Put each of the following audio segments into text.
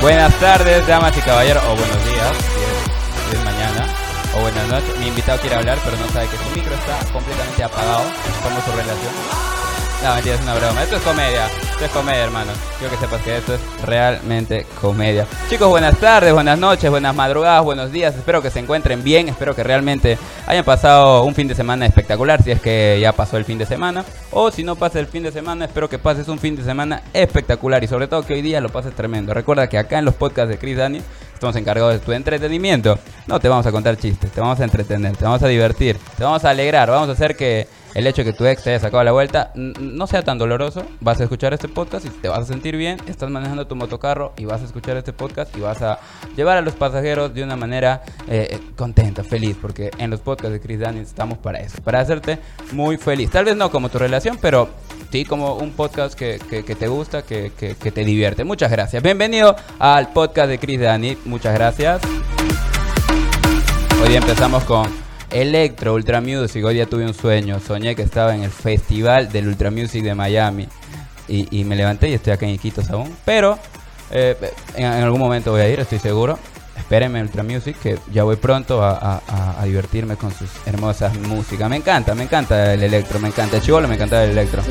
Buenas tardes, damas y caballeros, o buenos días, si es, si es mañana, o buenas noches. Mi invitado quiere hablar, pero no sabe que su micro está completamente apagado. como su relación? No, mentira, es una broma. Esto es comedia. Esto es comedia, hermano. Quiero que sepas que esto es realmente comedia. Chicos, buenas tardes, buenas noches, buenas madrugadas, buenos días. Espero que se encuentren bien. Espero que realmente hayan pasado un fin de semana espectacular. Si es que ya pasó el fin de semana. O si no pasa el fin de semana, espero que pases un fin de semana espectacular. Y sobre todo que hoy día lo pases tremendo. Recuerda que acá en los podcasts de Chris Dani estamos encargados de tu entretenimiento. No te vamos a contar chistes, te vamos a entretener, te vamos a divertir, te vamos a alegrar. Vamos a hacer que el hecho de que tu ex te haya sacado la vuelta n- no sea tan doloroso. Vas a escuchar este podcast y te vas a sentir bien. Estás manejando tu motocarro y vas a escuchar este podcast y vas a llevar a los pasajeros de una manera eh, contenta, feliz. Porque en los podcasts de Chris Daniels estamos para eso, para hacerte muy feliz. Tal vez no como tu relación, pero sí como un podcast que, que- que te gusta, que, que- que te divierte. Muchas gracias. Bienvenido al podcast de Chris Daniels. Muchas gracias. Hoy día empezamos con Electro Ultra Music. Hoy día tuve un sueño. Soñé que estaba en el festival del Ultra Music de Miami. Y, y me levanté y estoy acá en Iquitos aún. Pero eh, en, en algún momento voy a ir, estoy seguro. Espérenme en Ultra Music, que ya voy pronto a, a- a- a divertirme con sus hermosas músicas. Me encanta, me encanta el electro, me encanta el chivolo, me encanta el electro.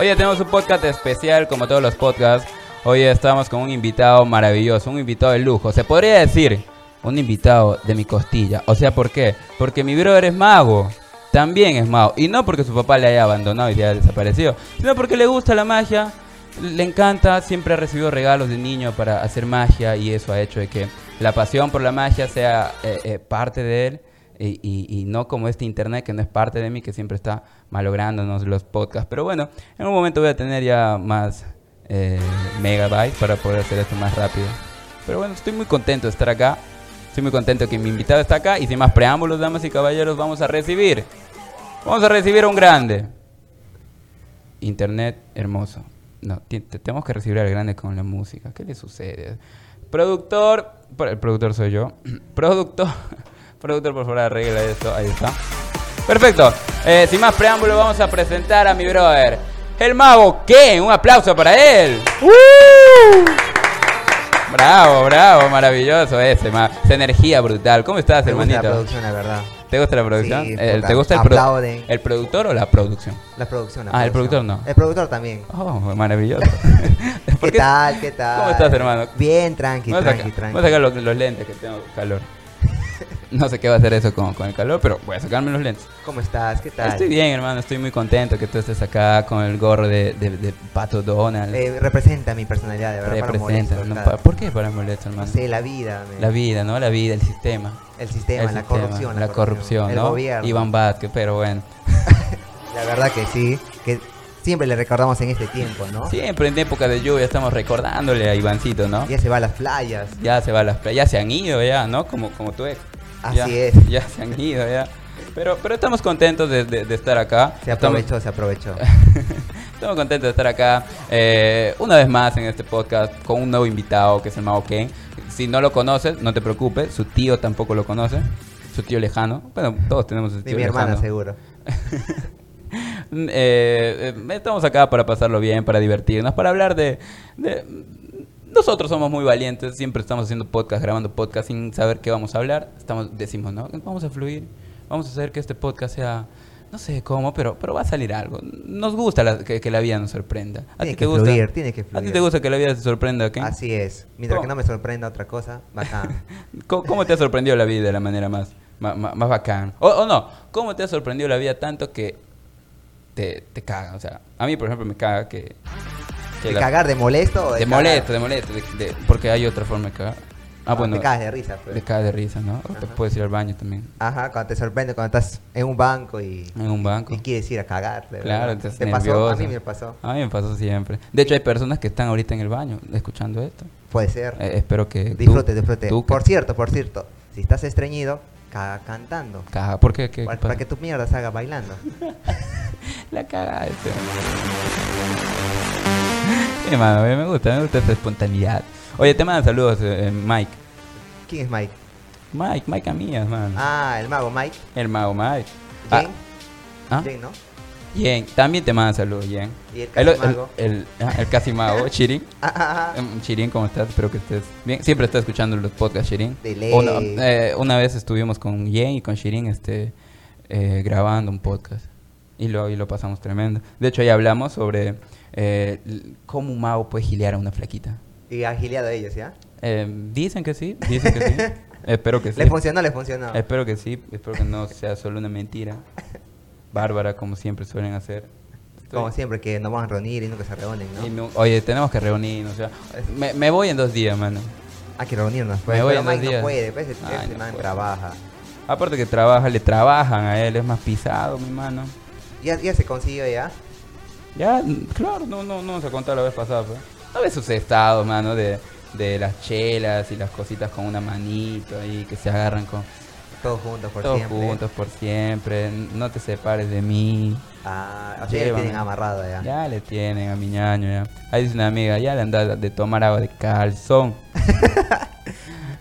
Hoy ya tenemos un podcast especial, como todos los podcasts. Hoy estamos con un invitado maravilloso, un invitado de lujo. Se podría decir, un invitado de mi costilla. O sea, ¿por qué? Porque mi brother es mago. También es mago. Y no porque su papá le haya abandonado y se haya desaparecido, sino porque le gusta la magia. Le encanta, siempre ha recibido regalos de niño para hacer magia y eso ha hecho de que la pasión por la magia sea eh, eh, parte de él. Y, y- y no como este internet que no es parte de mí, que siempre está malográndonos los podcasts. Pero bueno, en un momento voy a tener ya más eh, megabytes para poder hacer esto más rápido. Pero bueno, estoy muy contento de estar acá. Estoy muy contento que mi invitado está acá. Y sin más preámbulos, damas y caballeros, vamos a recibir. Vamos a recibir a un grande. Internet hermoso. No, ti- te- tenemos que recibir al grande con la música. ¿Qué le sucede? Productor, pro- el productor soy yo. productor, productor, por favor, arregla esto. Ahí está. Perfecto. Eh, sin más preámbulo, vamos a presentar a mi brother, el mago. ¿Qué? Un aplauso para él. ¡Uh! Bravo, bravo, maravilloso ese, ma- esa energía brutal. ¿Cómo estás, Me gusta hermanito? la producción, la verdad. ¿Te gusta la producción? Sí, Eh, ¿Te puta, gusta el, pro- aplauden. el productor o la producción? La producción. la Ah, el producción. productor no. El productor también. Oh, maravilloso. ¿Qué, ¿Por qué? tal? ¿Qué tal? ¿Cómo estás, hermano? Bien, tranqui, Vamos a tranqui, sacar, tranqui. voy a sacar los, los lentes que tengo calor. No sé qué va a hacer eso con, con el calor, pero voy a sacarme los lentes. ¿Cómo estás? ¿Qué tal? Estoy bien, hermano. Estoy muy contento que tú estés acá con el gorro de, de- de Pato Donald. Eh, representa mi personalidad, de verdad. Representa, Para ¿no? molestar, Pa- ¿Por qué para molesto, No hermano? sé, la vida. me- La vida, ¿no? La vida, el sistema. el sistema, el la sistema, corrupción. La corrupción, ¿no? El gobierno. Iván Vázquez, pero bueno. La verdad que sí. Que siempre le recordamos en este tiempo, ¿no? Siempre en época de lluvia estamos recordándole a Ivancito, ¿no? Ya se va a las playas. Ya se va a las playas, ya se han ido ya, ¿no? Como, como tú ex. Así Ya- es. Ya se han ido ya. Pero, pero estamos contentos de, de- de estar acá. Se Estamos- aprovechó, se aprovechó. Estamos contentos de estar acá eh, una vez más en este podcast con un nuevo invitado que es el Mago Ken. Si no lo conoces, no te preocupes, su tío tampoco lo conoce, su tío lejano. Bueno, todos tenemos un De tío mi hermana, lejano. seguro. Mm, eh, eh, estamos acá para pasarlo bien, para divertirnos, para hablar de, de- Nosotros somos muy valientes, siempre estamos haciendo podcast, grabando podcast sin saber qué vamos a hablar. Estamos, decimos, ¿no? Vamos a fluir, vamos a hacer que este podcast sea... No sé cómo, pero, pero va a salir algo. Nos gusta la- que, que la vida nos sorprenda. ¿A ti Tiene que te gusta? fluir, tiene que ¿A ti fluir. te gusta que la vida te sorprenda? Ken? Así es. Mientras que ¿Cómo? no me sorprenda otra cosa, bacán. ¿Cómo, cómo te ha sorprendido la vida de la manera más, más, más- más bacán? O, o no, ¿cómo te ha sorprendido la vida tanto que te, te caga? O sea, a mí, por ejemplo, me caga que... que ¿De la- cagar de molesto o de de cagar? molesto, de molesto, de- de- porque hay otra forma de cagar. Ah, Ah, bueno, Te cagas de risa, pues. de cagar de risa, ¿no? O te Ajá. puedes ir al baño también, Ajá, cuando te sorprende, cuando estás en un banco y, en un banco. y quieres ir a cagar. de Claro, verdad. estás ¿Te pasó? nervioso. A mí me pasó. A mí me pasó siempre. De hecho, hay personas que están ahorita en el baño escuchando esto. Puede ser. Eh, espero que... tú- disfrute, disfrute. tú que- Por cierto, por cierto, si estás estreñido, caga cantando. Caga, ¿por qué? ¿Qué Para, pasa? para que tu mierda se haga bailando. La cagaste. Sí, mano, me me gusta, me gusta esa espontaneidad. Oye, te mandan saludos, eh, eh, Mike. ¿Quién es Mike? Mike, Mike Camillas, man. Ah, el mago Mike. El mago Mike. Mm. Ah, Jen. ah, Jen, ¿no? Jen, también te manda saludos, Jen. Y el El, el, casimago. el, ah, el casimago, Chirin. Ah, ah, ah. Em, Chirin, ¿cómo estás? Espero que estés bien. Siempre estás escuchando los podcasts, Chirin. De ley. Una, eh, una vez estuvimos con Jen y con Chirin este, eh, grabando un podcast. Y lo, y lo pasamos tremendo. De hecho, ahí hablamos sobre eh, l- cómo un mago puede gilear a una flaquita. Y agiliado ah? ellos, ¿ya? Eh, dicen que sí, dicen que sí. Espero que eh, sí. Eh, Les funcionó, les funcionó. Espero que sí, espero que no sea solo una mentira. Bárbara, como siempre suelen hacer. Estoy- Como siempre, que nos van a reunir y nunca se reúnen, Y ¿no? no- oye, tenemos que reunirnos. o sea, me, me voy en dos días, mano. Hay que reunirnos. Pues, Me voy pero en dos Mike días. no puede, pues ese, Ay, ese no man puede. trabaja. Aparte que trabaja, le trabajan a él, es más pisado, mi mano. Ya, ya se consiguió ya. Ya, mm, claro, no, no, no se contó la vez pasada, pues. No ves sus estados, mano, de, de las chelas y las cositas con una manito ahí que se agarran con Todos juntos por todos siempre. juntos por siempre. No te separes de mí. Ah, o sea, ya lo Llévame. tienen amarrado ya. Ya le tienen a mi ñaño, ya. Ahí dice una amiga, ya le anda de tomar agua de calzón.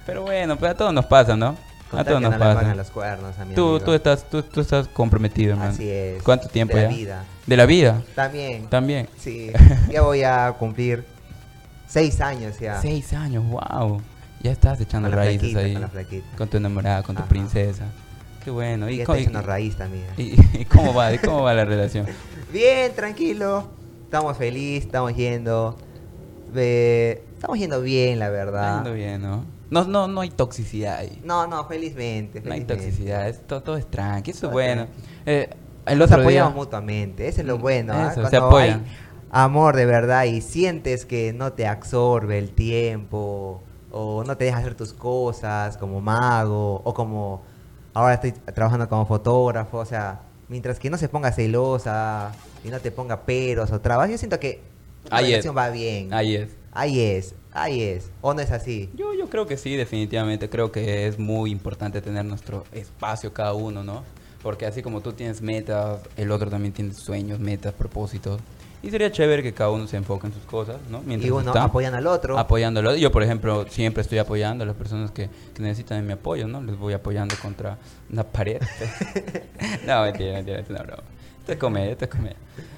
Pero bueno, pues a todos nos pasa, ¿no? Con a tal que todos no nos le pongan pasa. los cuernos a mi Tú, amigo. tú, estás, tú, tú estás comprometido, hermano. Así es. ¿Cuánto tiempo De ya? la vida. De la vida, También. también. Sí. ya voy a cumplir seis años ya. Seis años, wow. Ya estás echando Con la raíces flaquita, ahí. con la flaquita. Con tu enamorada, con tu Ajá. princesa. Qué bueno. Y ¿Y, ya co- está echando raíz también. y- y cómo va? ¿Y cómo va la relación? Bien, tranquilo. Estamos feliz, estamos yendo. eh, estamos yendo bien, la Está verdad. yendo bien, ¿no? No, no, no hay toxicidad ahí. No, no, felizmente. No hay felizmente. toxicidad, es- todo, todo es tranqui, eso es Todo bueno. tranqui. Eh, el Nos otro día, apoyamos mutuamente, eso es lo bueno. ¿ah? Eso, se Cuando apoyan. hay amor de verdad y sientes que no te absorbe el tiempo o no te deja hacer tus cosas como mago o como ahora estoy trabajando como fotógrafo, o sea, mientras que no se ponga celosa y no te ponga peros o trabas, yo siento que la Ahí es. relación va bien. ahí es. Ahí es, ahí es. ¿O no es así? Yo, yo creo que sí, definitivamente, creo que es muy importante tener nuestro espacio cada uno, ¿no? Porque así como tú tienes metas, el otro también tiene sueños, metas, propósitos. Y sería chévere que cada uno se enfoque en sus cosas, ¿no? y uno está apoyan al otro. apoyándolo. Yo, por ejemplo, siempre estoy apoyando a las personas que, que necesitan de mi apoyo, ¿no? Les voy apoyando contra una pared. no, mentira, mentira, es una broma. Esto es comedia, esto es comedia.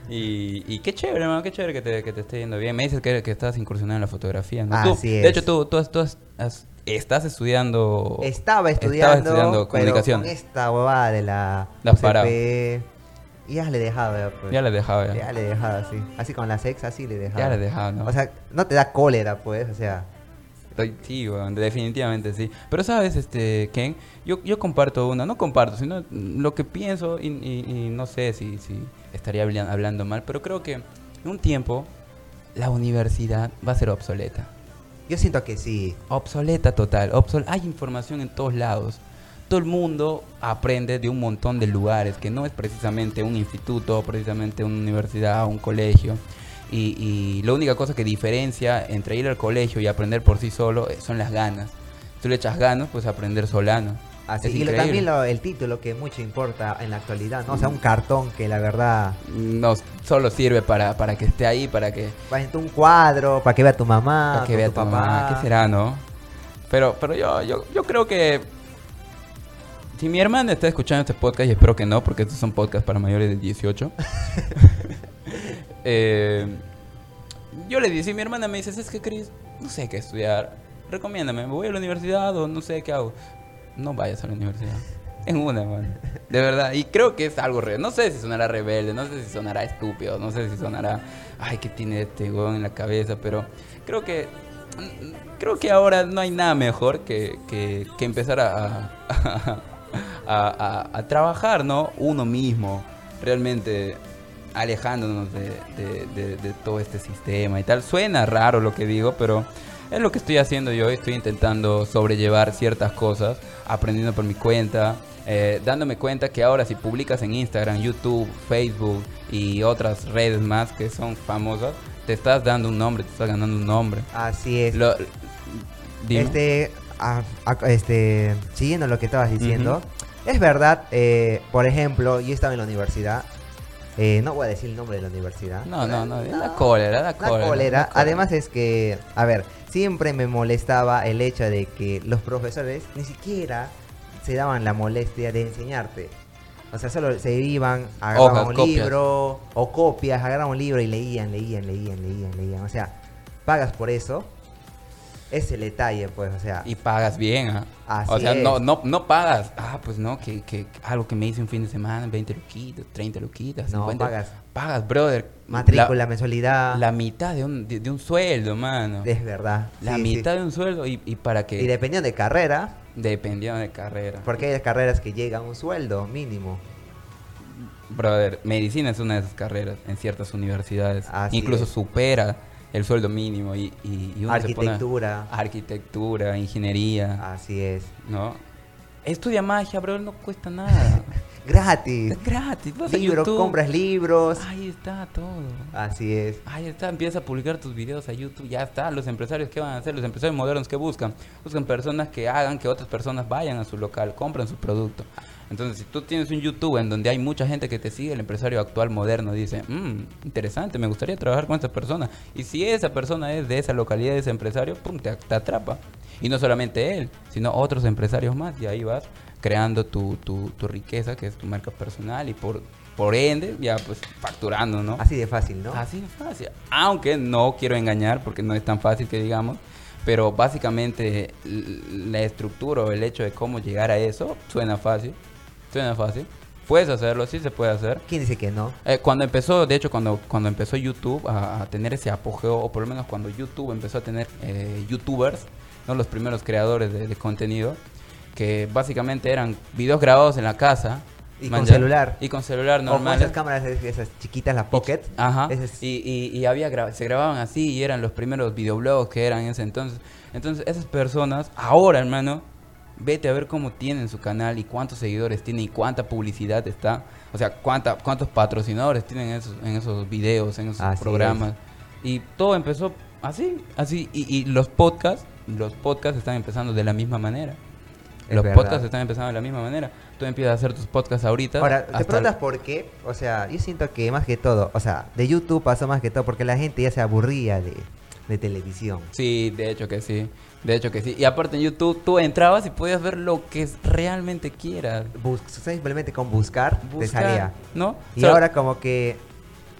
Y, y qué chévere, hermano, qué chévere que te, que te esté yendo bien. Me dices que, que estás incursionando en la fotografía, ¿no? Tú, Así es. De hecho, tú, tú, has- tú has- has- estás estudiando... Estaba estudiando, Estabas Oh. estudiando comunicación. Pero con esta huevada de la La has parado. UCP, y ya le he dejado. ya, pues. Ya la he dejado, ya. Ya le he dejado, así. Así con las ex, así le he dejado. Ya la he dejado, ¿no? O sea, no te da cólera, pues, o sea. Estoy- Sí, weón, definitivamente sí. Pero sabes, este, Ken, yo, yo comparto una, no comparto, sino lo que pienso y, y- y no sé si, si estaría hablan- hablando mal, pero creo que en un tiempo la universidad va a ser obsoleta. Yo siento que sí. Obsoleta total. obsol- hay información en todos lados. Todo el mundo aprende de un montón de lugares, que no es precisamente un instituto, precisamente una universidad, un colegio. Y, y la única cosa que diferencia entre ir al colegio y aprender por sí solo eh, son las ganas. Tú le echas ganas, pues aprender solano. Así. Es y lo- increíble. también lo- el título que mucho importa en la actualidad, ¿no? O sea, un cartón que la verdad. Nos solo sirve para, para que esté ahí, para que Para un cuadro, para que vea tu mamá, Para que con vea tu tu papá. mamá, ¿qué será, no? Pero, pero yo, yo, yo creo que. Si mi hermana está escuchando este podcast, y espero que no, porque estos son podcasts para mayores de 18. eh, yo le dije, si mi hermana me dice, es que Cris, no sé qué estudiar, recomiéndame, ¿me voy a la universidad o no sé qué hago? No vayas a la universidad. En una, mano. De verdad. Y creo que es algo real. No sé si sonará rebelde, no sé si sonará estúpido, no sé si sonará, ay, ¿qué tiene este huevón en la cabeza? Pero creo que. Creo que ahora no hay nada mejor que, que- que empezar a, a, a- a- a trabajar, ¿no? Uno mismo. Realmente alejándonos de, de- de- de todo este sistema y tal. Suena raro lo que digo, pero es lo que estoy haciendo yo. Estoy intentando sobrellevar ciertas cosas, aprendiendo por mi cuenta, eh, dándome cuenta que ahora si publicas en Instagram, YouTube, Facebook y otras redes más que son famosas, te estás dando un nombre, te estás ganando un nombre. Así es. Lo- dime. Este, a- a- este, siguiendo lo que estabas diciendo, es verdad, eh, por ejemplo, yo estaba en la universidad, eh, no voy a decir el nombre de la universidad. No, no, no, es la cólera, la La cólera. cólera. Además es que, a ver, siempre me molestaba el hecho de que los profesores ni siquiera se daban la molestia de enseñarte. O sea, solo se iban, agarraban Hojas, un copias. libro o copias, agarraban un libro y leían, leían, leían, leían, leían. O sea, pagas por eso. Es el detalle, pues, o sea. Y pagas bien, ¿ah? Así O sea, es. no, no, no pagas. Ah, pues no, que, que algo que me hice un fin de semana, 20 luquitas, 30 luquitas, No, 50. pagas. Pagas, brother. matrícula, La- mensualidad. La mitad de un, de, de un sueldo, mano. es verdad. la sí, sí. mitad de un sueldo y, y para que... Y dependiendo de carrera, Dependiendo de carrera. porque hay carreras que llegan a un sueldo mínimo. Brother, medicina es una de esas carreras en ciertas universidades. Así Incluso es. supera el sueldo mínimo y, y- y uno se pone- Arquitectura. arquitectura, ingeniería, Así es. ¿no? Estudia magia, brother, no cuesta nada. Gratis. es gratis. Vas a Libro, YouTube. compras libros. Ahí está todo. Así es. Ahí está, empieza a publicar tus videos a YouTube, ya está. Los empresarios, ¿qué van a hacer? Los empresarios modernos, ¿qué buscan? Buscan personas que hagan que otras personas vayan a su local, compren su producto. Entonces, si tú tienes un YouTube en donde hay mucha gente que te sigue, el empresario actual moderno dice, mmm, interesante, me gustaría trabajar con esa persona. Y si esa persona es de esa localidad, de ese empresario, pum, te, te atrapa. Y no solamente él, sino otros empresarios más. Y ahí vas creando tu, tu, tu riqueza, que es tu marca personal, y por, por ende, ya pues facturando, ¿no? Así de fácil, ¿no? Así de fácil. Aunque no quiero engañar porque no es tan fácil que digamos. Pero básicamente l- la estructura o el hecho de cómo llegar a eso suena fácil. Suena fácil. Puedes hacerlo, sí se puede hacer. ¿Quién dice que no? Eh, cuando empezó, de hecho, cuando, cuando empezó YouTube a, a tener ese apogeo, o por lo menos cuando YouTube empezó a tener eh, youtubers, ¿no? los primeros creadores de, de contenido, que básicamente eran videos grabados en la casa. Y man, con ya- celular. Y con celular O con normal. esas cámaras, es- esas chiquitas, las pocket. Ajá. Esas- Y, y- y había gra- se grababan así y eran los primeros videoblogs que eran en ese entonces. Entonces, esas personas, ahora, hermano, vete a ver cómo tienen su canal y cuántos seguidores tienen y cuánta publicidad está. O sea, cuánta, cuántos patrocinadores tienen en esos, en esos videos, en esos Así programas. Y todo empezó así, así. Y, y los podcasts, los podcasts están empezando de la misma manera. Es los verdad. podcasts están empezando de la misma manera. Tú empiezas a hacer tus podcasts ahorita. Ahora, ¿te hasta- preguntas por qué? O sea, yo siento que más que todo, o sea, de YouTube pasó más que todo porque la gente ya se aburría de, de televisión. Sí, de hecho que sí. De hecho que sí. Y aparte en YouTube tú entrabas y podías ver lo que es- realmente quieras. Bus- simplemente con buscar, te Buscar, salía. ¿No? Y O sea, ahora como que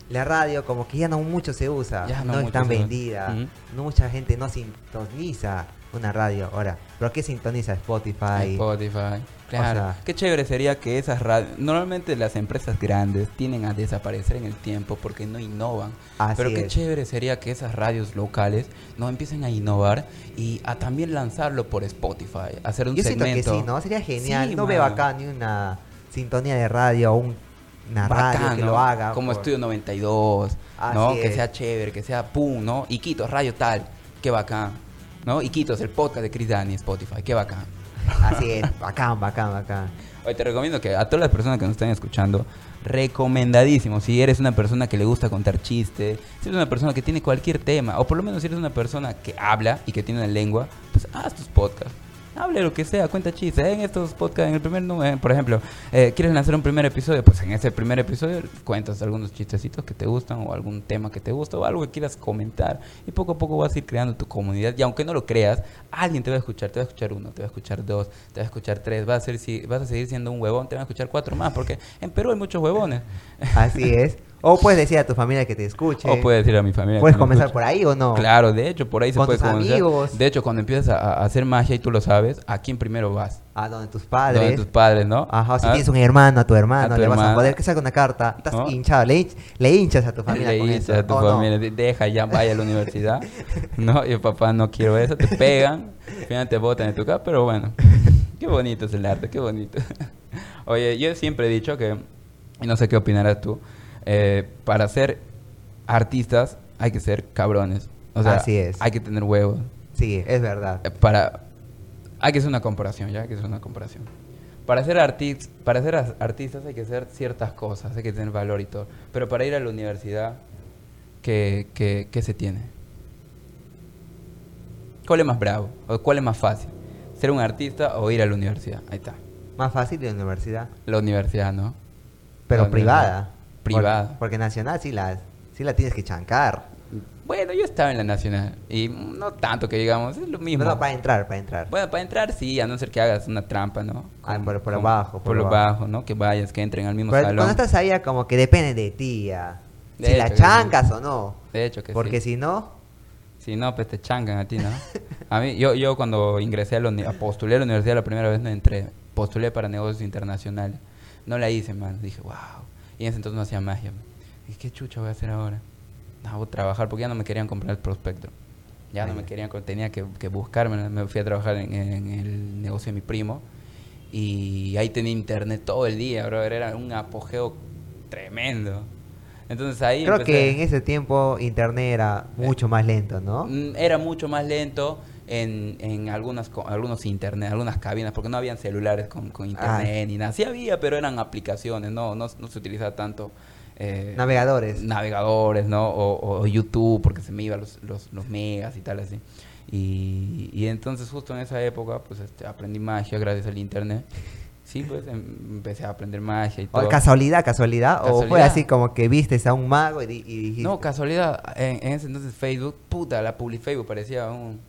la radio como que ya no mucho se usa, Ya no no, mucho es tan se usa. vendida, Ujú. no mucha gente no sintoniza una radio. Ahora, ¿pero qué sintoniza Spotify? Spotify. Claro. sea- Qué chévere sería que esas radios. Normalmente las empresas grandes tienden a desaparecer en el tiempo porque no innovan. Así Pero qué es. chévere sería que esas radios locales no empiecen a innovar y a también lanzarlo por Spotify. Hacer un Yo siento que segmento. sí, ¿no? Sería genial. Sí, no veo mano. acá ni una sintonía de radio o un- una radio que Bacano, lo haga. Como por- Estudio 92, Así ¿no? Que es. sea chévere, que sea pum, ¿no? Iquitos, Radio Tal, qué bacán, ¿no? Iquitos, el podcast de Chris Dani, Spotify, qué bacán. Así es, bacán, bacán, bacán. Hoy te recomiendo que a todas las personas que nos están escuchando, recomendadísimo. Si eres una persona que le gusta contar chistes, si eres una persona que tiene cualquier tema, o por lo menos si eres una persona que habla y que tiene una lengua, pues haz tus podcasts. Hable lo que sea, cuenta chistes. En estos podcasts, en el primer número, por ejemplo, eh, ¿quieres lanzar un primer episodio? Pues en ese primer episodio cuentas algunos chistecitos que te gustan o algún tema que te gusta o algo que quieras comentar. Y poco a poco vas a ir creando tu comunidad. Y aunque no lo creas, alguien te va a escuchar. Te va a escuchar uno, te va a escuchar dos, te va a escuchar tres. Vas a, ser, si, vas a seguir siendo un huevón, te van a escuchar cuatro más. Porque en Perú hay muchos huevones. Así es. O puedes decir a tu familia que te escuche. O puedes ir a mi familia. Puedes que me comenzar escuche. por ahí o no. Claro, de hecho, por ahí se Con puede tus comenzar. amigos. De hecho, cuando empiezas a, a hacer magia y tú lo sabes, ¿a quién primero vas? A donde tus Donde padres. tus padres, ¿no? Ajá, o si Ah, tienes un hermano, a tu hermano, A tu le vas hermano. a poder que saque una carta. Estás ¿No? hinchado, le, hin- le hinchas a tu familia Le con dices eso, a tu ¿o no? familia, "De- deja ya, vaya a la universidad. No, yo papá no quiero eso, te pegan, al final te botan de tu casa, pero bueno, qué bonito es el arte, qué bonito. Oye, yo siempre he dicho que, y no sé qué opinarás tú, eh, para ser artistas hay que ser cabrones. O sea, Así es. hay que tener huevos. Sí, es verdad. Eh, Para, hay que hacer una comparación, ya, hay que hacer una comparación. Para ser, artis- para ser as- artistas hay que hacer ciertas cosas, hay que tener valor y todo. Pero para ir a la universidad, ¿qué, qué- qué se tiene? ¿Cuál es más bravo? ¿O cuál es más fácil? ¿Ser un artista o ir a la universidad? Ahí está. Más fácil de la universidad, La universidad, ¿no? pero La universidad. privada. privado. Porque nacional sí la, sí la tienes que chancar. Bueno, yo estaba en la nacional y no tanto que digamos, es lo mismo. No, no, para entrar, para entrar. Bueno, para entrar sí, a no ser que hagas una trampa, ¿no? Ah, por- por abajo, Por, por lo abajo. bajo, ¿no? Que vayas, que entren al mismo Pero salón. cuando estás ahí ya como que depende de ti ya. De si la hecho que sí. chancas o no. De hecho que Porque sí. si no, Si no, pues te changan a ti, ¿no? a mí, yo, yo cuando ingresé a la uni- postulé a la universidad la primera vez no entré. Postulé para negocios internacionales. No la hice, man. Dije, wow. Y en ese entonces no hacía magia. man. Dije, ¿qué chucha voy a hacer ahora? No, voy a trabajar porque ya no me querían comprar el prospecto. Ya no me querían, co- tenía que, que buscarme. Me fui a trabajar en, en el negocio de mi primo. Y ahí tenía internet todo el día, brother. Era un apogeo tremendo. Entonces ahí. creo empecé- Eh. que en ese tiempo internet era mucho más lento, ¿no? Mm, Era mucho más lento en, en algunas co- algunos internet, algunas cabinas, porque no habían celulares con, Ah. con internet ni nada. Sí había, pero eran aplicaciones, no, no, no se utilizaba tanto. eh, Navegadores. navegadores, ¿no? O, o YouTube, porque se me iban los, los, los megas y tal así. Y, y entonces justo en esa época, pues este, aprendí magia gracias al internet. Sí, pues em- empecé a aprender magia y O- todo. casualidad, casualidad, O fue Casualidad. así como que vistes a un mago y, di- y dijiste. No, casualidad, en, en ese entonces Facebook, puta, la public Facebook parecía un,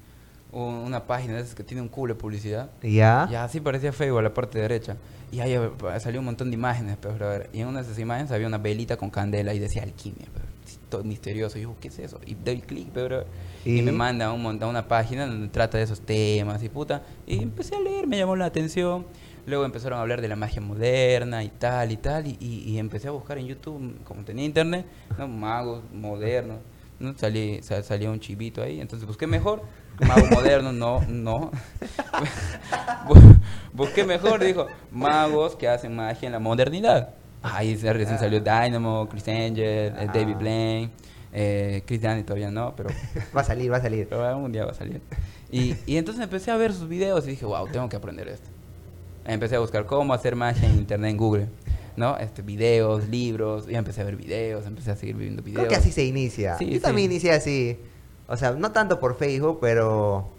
un- una página de esas que tiene un culo de publicidad. ¿Ya? Y así parecía Facebook a la parte derecha. Y ahí eh, salió un montón de imágenes, pues, brother. Y en una de esas imágenes había una velita con candela y decía alquimia, pues, todo misterioso. Y yo, ¿qué es eso? Y doy clic, pues, brother. ¿Y? ¿Y? me manda a, un, mon- a una página donde trata de esos temas y puta. Y empecé a leer, me llamó la atención. Luego empezaron a hablar de la magia moderna y tal y tal. Y, y- y empecé a buscar en YouTube, como tenía internet, ¿no? magos modernos. ¿no? Salí, sa- salió un chivito ahí, entonces busqué mejor. Mago moderno, no, no. Bu- Busqué mejor, dijo, magos que hacen magia en la modernidad. Ahí se- recién salió Dynamo, Chris Angel, eh, Ah. David Blaine, eh, Chris Danny todavía no, pero, Va a salir, va a salir. pero algún día va a salir. Y, y entonces empecé a ver sus videos y dije, wow, tengo que aprender esto. Empecé a buscar cómo hacer magia en internet, en Google, ¿no? Este, videos, libros, y empecé a ver videos, empecé a seguir viendo videos. Creo que así se inicia. Sí, Yo sí. también inicié así. O sea, no tanto por Facebook, pero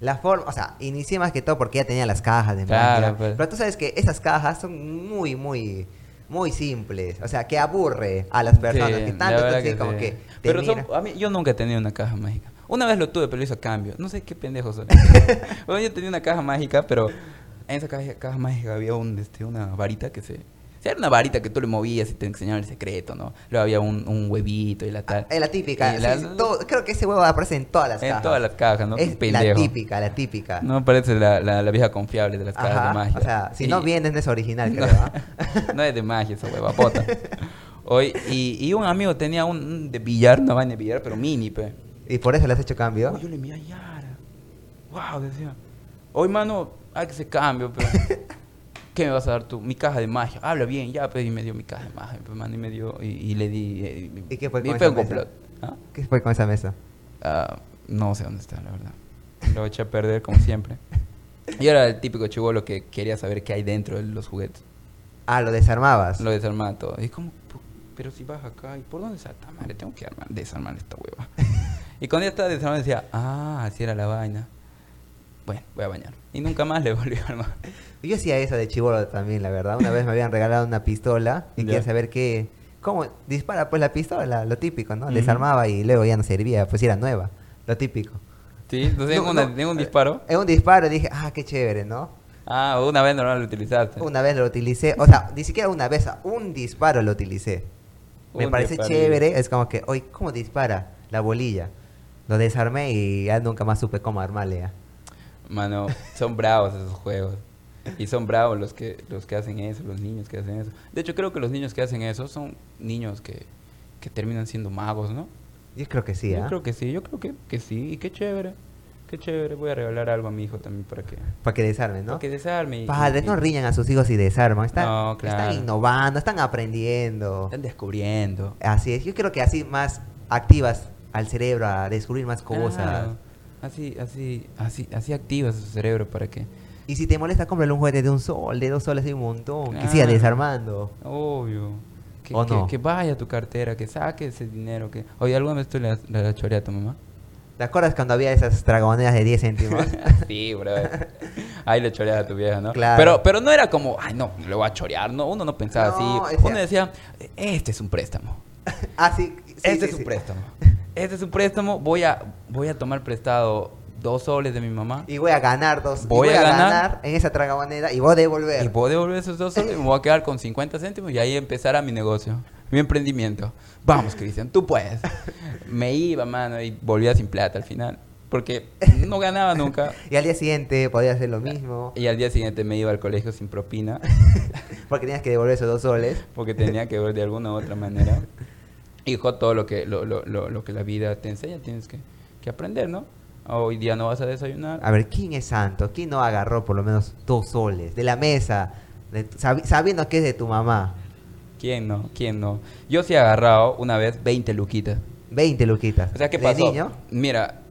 la forma, o sea, inicié más que todo porque ya tenía las cajas de Claro, magia. pues. Pero tú sabes que esas cajas son muy, muy, muy simples. O sea, que aburre a las personas. Sí, que la tanto tú verdad así que como sí. que te Pero son- Ah, mira. a mí, yo nunca he tenido una caja mágica. Una vez lo tuve, pero lo hizo a cambio. No sé qué pendejo soy. bueno, yo tenía una caja mágica, pero en esa caja, caja mágica había un, este, una varita que se... o sea, era una varita que tú le movías y te enseñaban el secreto, ¿no? Luego había un, un huevito y la tal. Ah, Es la típica. Y sí, la- sí, todo- creo que ese huevo aparece en todas las En cajas. todas las cajas, ¿no? Es Un pendejo. la típica, la típica. No parece la, la, la vieja confiable de las cajas Ajá, de magia. O sea, si Y- no vienes, no es original, No, creo. ¿ah? no es de magia esa hueva, bota. Hoy, y, y un amigo tenía un, un de billar, una vaina de billar, pero mini, pe. Y por eso le has hecho cambio. Uy, yo le miré a Yara. Wow, decía. Hoy, mano, hay que se cambio, pero. ¿Qué me vas a dar tú? Mi caja de magia. Habla bien, ya, pues, y me dio mi caja de magia, pues, mano, y me dio, y, y le di. eh, ¿Y qué fue y con fue esa un mesa? complot. ¿ah? ¿Qué fue con esa mesa? Ah, no sé dónde está, la verdad. Lo eché a perder, como siempre. Yo era el típico chivolo que quería saber qué hay dentro de los juguetes. Ah, lo desarmabas. Lo desarmaba todo. Y es como, pu- pero si vas acá, ¿y por dónde salta? Madre, tengo que armar- desarmar esta hueva. y cuando ya estaba desarmando decía, ah, así era la vaina. Bueno, voy a bañar. Y nunca más le volví a armar. Yo hacía eso de chivolo también, la verdad. Una vez me habían regalado una pistola y Ya. quería saber qué... ¿Cómo? Dispara pues la pistola, lo típico, ¿no? Ujú. Desarmaba y luego ya no servía, pues era nueva, lo típico. ¿Sí? Entonces No, tengo, una- no. tengo un disparo. Es un disparo y dije, ah, qué chévere, ¿no? Ah, una vez no lo utilizaste. Una vez lo utilicé, o sea, ni siquiera una vez, un disparo lo utilicé. Me Un parece disparillo. chévere, es como que, oye, ¿cómo dispara la bolilla? Lo desarmé y ya nunca más supe cómo armarle ya. Mano, son bravos esos juegos. Y son bravos los que, los que hacen eso, los niños que hacen eso. De hecho, creo que los niños que hacen eso son niños que, que terminan siendo magos, ¿no? Yo creo que sí, Yo ¿ah? creo que sí, yo creo que, que sí. Y qué chévere. Qué chévere. Voy a regalar algo a mi hijo también para que, Para que desarme, ¿no? para que desarme. y- Padres y- no riñan a sus hijos y desarman. Están, No, claro. están innovando, están aprendiendo. Están descubriendo. Así es. Yo creo que así más activas al cerebro a descubrir más cosas. Claro. Así, así, así, así activas su cerebro para que. Y si te molesta, cómprale un juguete de un sol, de dos soles, de un montón. Que siga Claro. desarmando. Obvio. Que, ¿O que- no? que vaya a tu cartera, que saque ese dinero. que Oye, ¿alguna vez tú le, has- le choré a tu mamá? ¿Te acuerdas cuando había esas dragoneras de 10 céntimos? sí, bro. Ahí le choreas a tu vieja, ¿no? Claro. Pero, pero no era como, ay, no, lo voy a chorear, ¿no? Uno no pensaba No, así. decía- Uno decía, este es un préstamo. Ah, sí. sí, este sí, es un sí. préstamo. Este es un préstamo. Voy a, voy a tomar prestado dos soles de mi mamá. Y voy a ganar dos. y Voy a ganar. en esa tragabanera y voy a devolver. Y puedo devolver esos dos soles y me voy a quedar con 50 céntimos y ahí empezará mi negocio, mi emprendimiento. Vamos, Cristian, tú puedes. Me iba, mano, y volvía sin plata al final. Porque no ganaba nunca. Y al día siguiente podía hacer lo mismo Y al día siguiente me iba al colegio sin propina. porque tenías que devolver esos dos soles. Porque tenía que ver de alguna u otra manera. Hijo, todo lo que, lo, lo- lo- lo que la vida te enseña tienes que, que aprender, ¿no? Hoy día no vas a desayunar. A ver, ¿quién es santo? ¿Quién no agarró por lo menos dos soles de la mesa? de- sabi- sabiendo que es de tu mamá. ¿Quién no? ¿Quién no? Yo sí he agarrado una vez 20 luquitas. 20 luquitas. O sea, ¿qué De pasó? niño? Mira,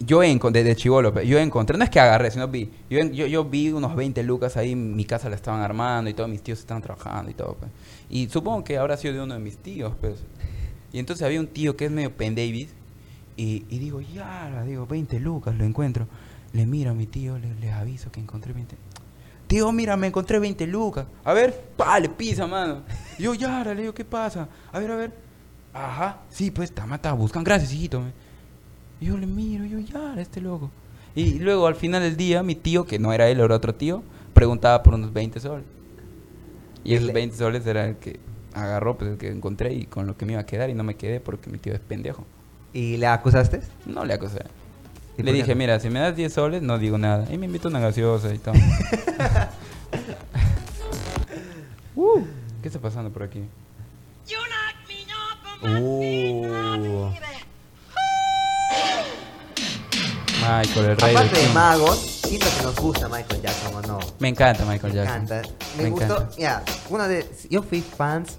yo encontré, desde chivolo, pe, yo encontré, no es que agarré, sino vi. Yo, en- yo, yo vi unos 20 lucas ahí, mi casa la estaban armando y todos mis tíos estaban trabajando y todo. pe. Y supongo que habrá sido de uno de mis tíos, pues. Y entonces había un tío que es medio pen Davis y, y digo, ya, la digo, 20 lucas, lo encuentro. Le miro a mi tío, le, les aviso que encontré 20. Tío, mira, me encontré 20 lucas. A ver, pa, le pisa, mano. Y Yo, ya, le digo, ¿qué pasa? A ver, a ver. Ajá, sí, pues, está mata, buscan, gracias, hijito. me. Y yo le miro, y yo, ya, este loco. Y luego, al final del día, mi tío, que no era él, era otro tío, preguntaba por unos 20 soles. Y Y esos le- 20 soles era el que agarró, pues, el que encontré y con lo que me iba a quedar y no me quedé porque mi tío es pendejo. ¿Y la acusaste? No le acosé. ¿Y Le por qué dije, no? mira, si me das 10 soles, no digo nada. Y me invito a una gaseosa y todo. Uh, ¿Qué está pasando por aquí? You knock me up on my feet, Uh. baby. Michael, el rey del Aparte de swing. magos, siento que nos gusta Michael Jackson o no. Me encanta Michael Me Jackson. encanta. Me, Me gustó. encanta. Mira, uno de. Yo fui fans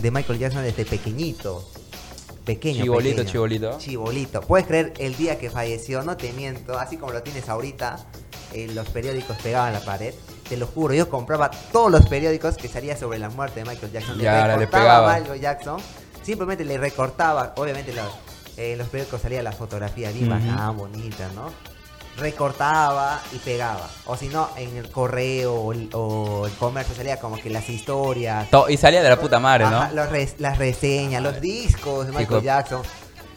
de Michael Jackson desde pequeñito. Pequeño. Chibolito, pequeño. chibolito. Chibolito. Puedes creer el día que falleció, no te miento, así como lo tienes ahorita, eh, los periódicos pegaban la pared. Te lo juro, yo compraba todos los periódicos que salía sobre la muerte de Michael Jackson. Ya, ahora le recortaba pegaba. a Michael Jackson, simplemente le recortaba, obviamente los, eh, en los periódicos salía la fotografía de imagen, Ujú. ah, bonita, ¿no? Recortaba y pegaba. O si no, en el correo o el, o el comercio salía como que las historias, To- y salía de la puta madre, Ajá, ¿no? los res- las reseñas, los discos de Michael Hijo. Jackson.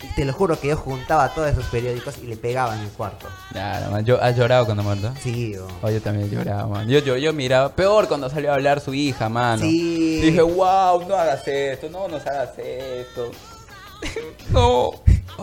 Y te lo juro que yo juntaba todos esos periódicos y le pegaba en el cuarto. Ya, no, man, yo, ¿Has llorado cuando muerto? Sí, o- Oh, yo también lloraba, man. Yo, yo, yo miraba. Peor cuando salió a hablar su hija, mano. Sí. Ah, Dije, wow, no hagas esto, no nos hagas esto. no.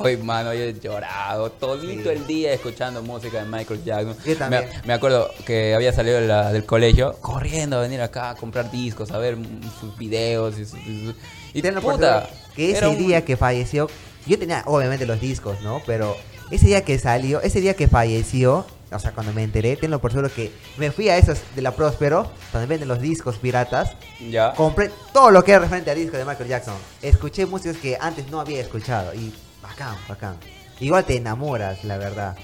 Ay, mano, yo he llorado todito Sí. el día escuchando música de Michael Jackson. Yo también. Me, me acuerdo que había salido de la- del colegio corriendo a venir acá a comprar discos, a ver mm, sus videos y sus. y sus- y Tenlo por puta. seguro que era ese un- día que falleció, yo tenía obviamente los discos, ¿no? Pero ese día que salió, ese día que falleció, o sea, cuando me enteré, tenlo por seguro que me fui a esos de la Próspero, donde venden los discos piratas, Ya. compré todo lo que era referente a discos de Michael Jackson. Escuché músicas que antes no había escuchado y bacán, bacán. Igual te enamoras, la verdad.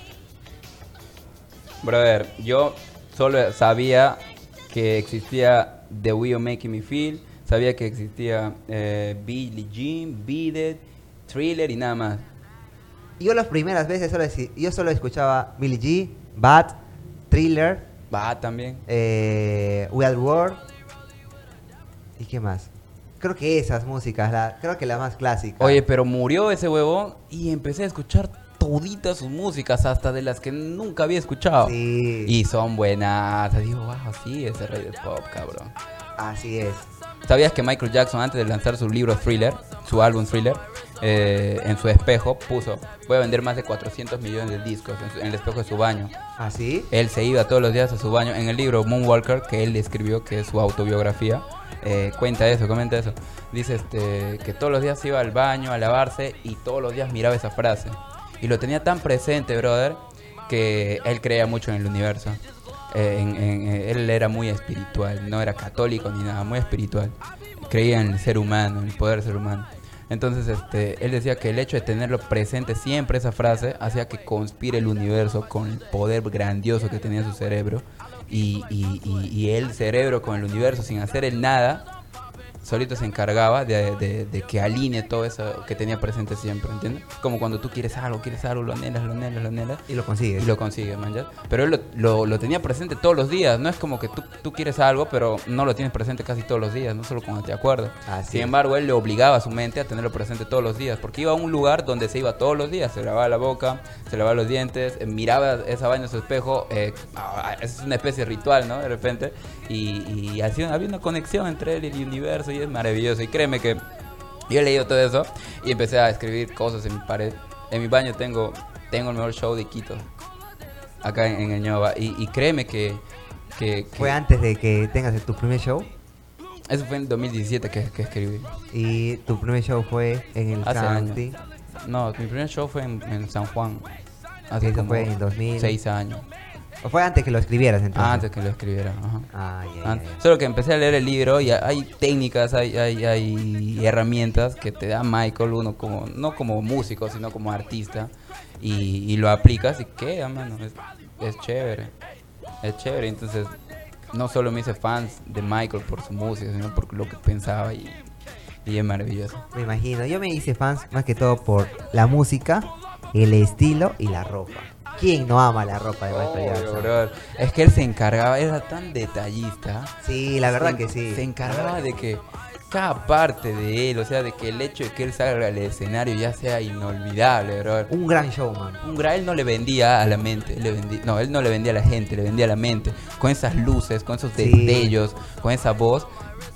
Brother, yo solo sabía que existía The Will You Making Me Feel, sabía que existía eh, Billie Jean, Beat It, Thriller y nada más. Yo las primeras veces solo, deci- yo solo escuchaba Billie G, Bad, Thriller, Va también. Ah. eh, We Are World y qué más. Creo que esas músicas, la, creo que la más clásica. Oye, pero murió ese huevón y empecé a escuchar toditas sus músicas, hasta de las que nunca había escuchado. sí, Y son buenas. Digo, wow, sí, ese rey del pop, cabrón. así es. ¿Sabías que Michael Jackson antes de lanzar su libro Thriller, su álbum Thriller, eh, en su espejo puso, voy a vender más de 400 millones de discos en, su- en el espejo de su baño? ¿Así? Él se iba todos los días a su baño. En el libro Moonwalker, que él escribió, que es su autobiografía, eh, cuenta eso, comenta eso. Dice este, que todos los días iba al baño a lavarse y todos los días miraba esa frase. Y lo tenía tan presente, brother, que él creía mucho en el universo. Eh, en- en- eh, él era muy espiritual, no era católico ni nada, muy espiritual. Creía en el ser humano, en el poder del ser humano. Entonces, este, él decía que el hecho de tenerlo presente siempre esa frase hacía que conspire el universo con el poder grandioso que tenía su cerebro y, y, y- y el cerebro con el universo sin hacer el nada solito se encargaba de, de- de que alinee todo eso que tenía presente siempre, ¿entiendes? Como cuando tú quieres algo, quieres algo, lo anhelas, lo anhelas, lo anhelas. Y lo consigues. Y lo consigues, man. ya. Pero él lo, lo- lo tenía presente todos los días. No es como que tú, tú quieres algo, pero no lo tienes presente casi todos los días, no solo cuando te acuerdas. Así Sin es. embargo, él le obligaba a su mente a tenerlo presente todos los días, porque iba a un lugar donde se iba todos los días. Se lavaba la boca, se lavaba los dientes, eh, miraba esa vaina en su espejo. eh, ah, es una especie de ritual, ¿no? De repente. Y, y así había una conexión entre él y el universo, y es maravilloso. Y créeme que yo he leído todo eso y empecé a escribir cosas en mi pared. En mi baño tengo, tengo el mejor show de Quito, acá en, en Ñuñoa. Y, y créeme que, que, que- Fue antes de que tengas tu primer show. eso fue en 2017 que, que escribí. Y tu primer show fue en el Hace Santi. años. No, mi primer show fue en, en San Juan. Eso como fue en 2000. Seis años. ¿O fue antes que lo escribieras entonces? Ah, antes que lo escribiera. ajá. Ah, ya, ya, Antes. ya. Solo que empecé a leer el libro y hay técnicas, hay, hay, hay herramientas que te da Michael, uno como, no como músico, sino como artista, y, y lo aplicas y queda, mano, es, es chévere, es chévere. Entonces, no solo me hice fans de Michael por su música, sino por lo que pensaba y, y es maravilloso. Me imagino. Yo me hice fans más que todo por la música, el estilo y la ropa. ¿Quién no ama la ropa de Michael Obvio, Jackson? brother. Es que él se encargaba, era tan detallista. Sí, la verdad se- que sí. Se encargaba de que cada parte de él, o sea, de que el hecho de que él salga al escenario ya sea inolvidable, bro. Un gran showman. Un gra- él no le vendía a la mente, le vendí- no, él no le vendía a la gente, le vendía a la mente. Con esas luces, con esos Sí. destellos, con esa voz,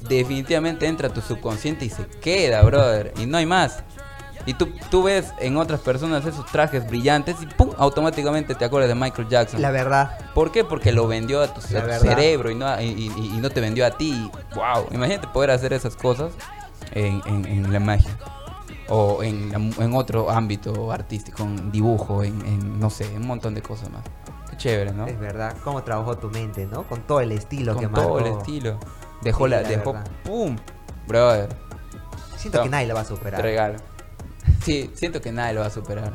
definitivamente entra a tu subconsciente y se queda, brother. Y no hay más. Y tú, tú ves en otras personas esos trajes brillantes y ¡pum! automáticamente te acuerdas de Michael Jackson. La verdad, ¿Por qué? Porque lo vendió a tu, La a tu verdad. cerebro y no, a- y, y- y no te vendió a ti. ¡Wow! Imagínate poder hacer esas cosas en, en- en la magia. O en, la mu- en otro ámbito artístico, en dibujo, en, en, no sé, un montón de cosas más. Qué chévere, ¿no? es verdad. Cómo trabajó tu mente, ¿no? Con todo el estilo que Con marcó. todo el estilo. Dejó Sí, la, la dejó, verdad. ¡pum! Brother, Siento No. que nadie lo va a te superar. regalo. Sí, siento que nadie lo va a superar.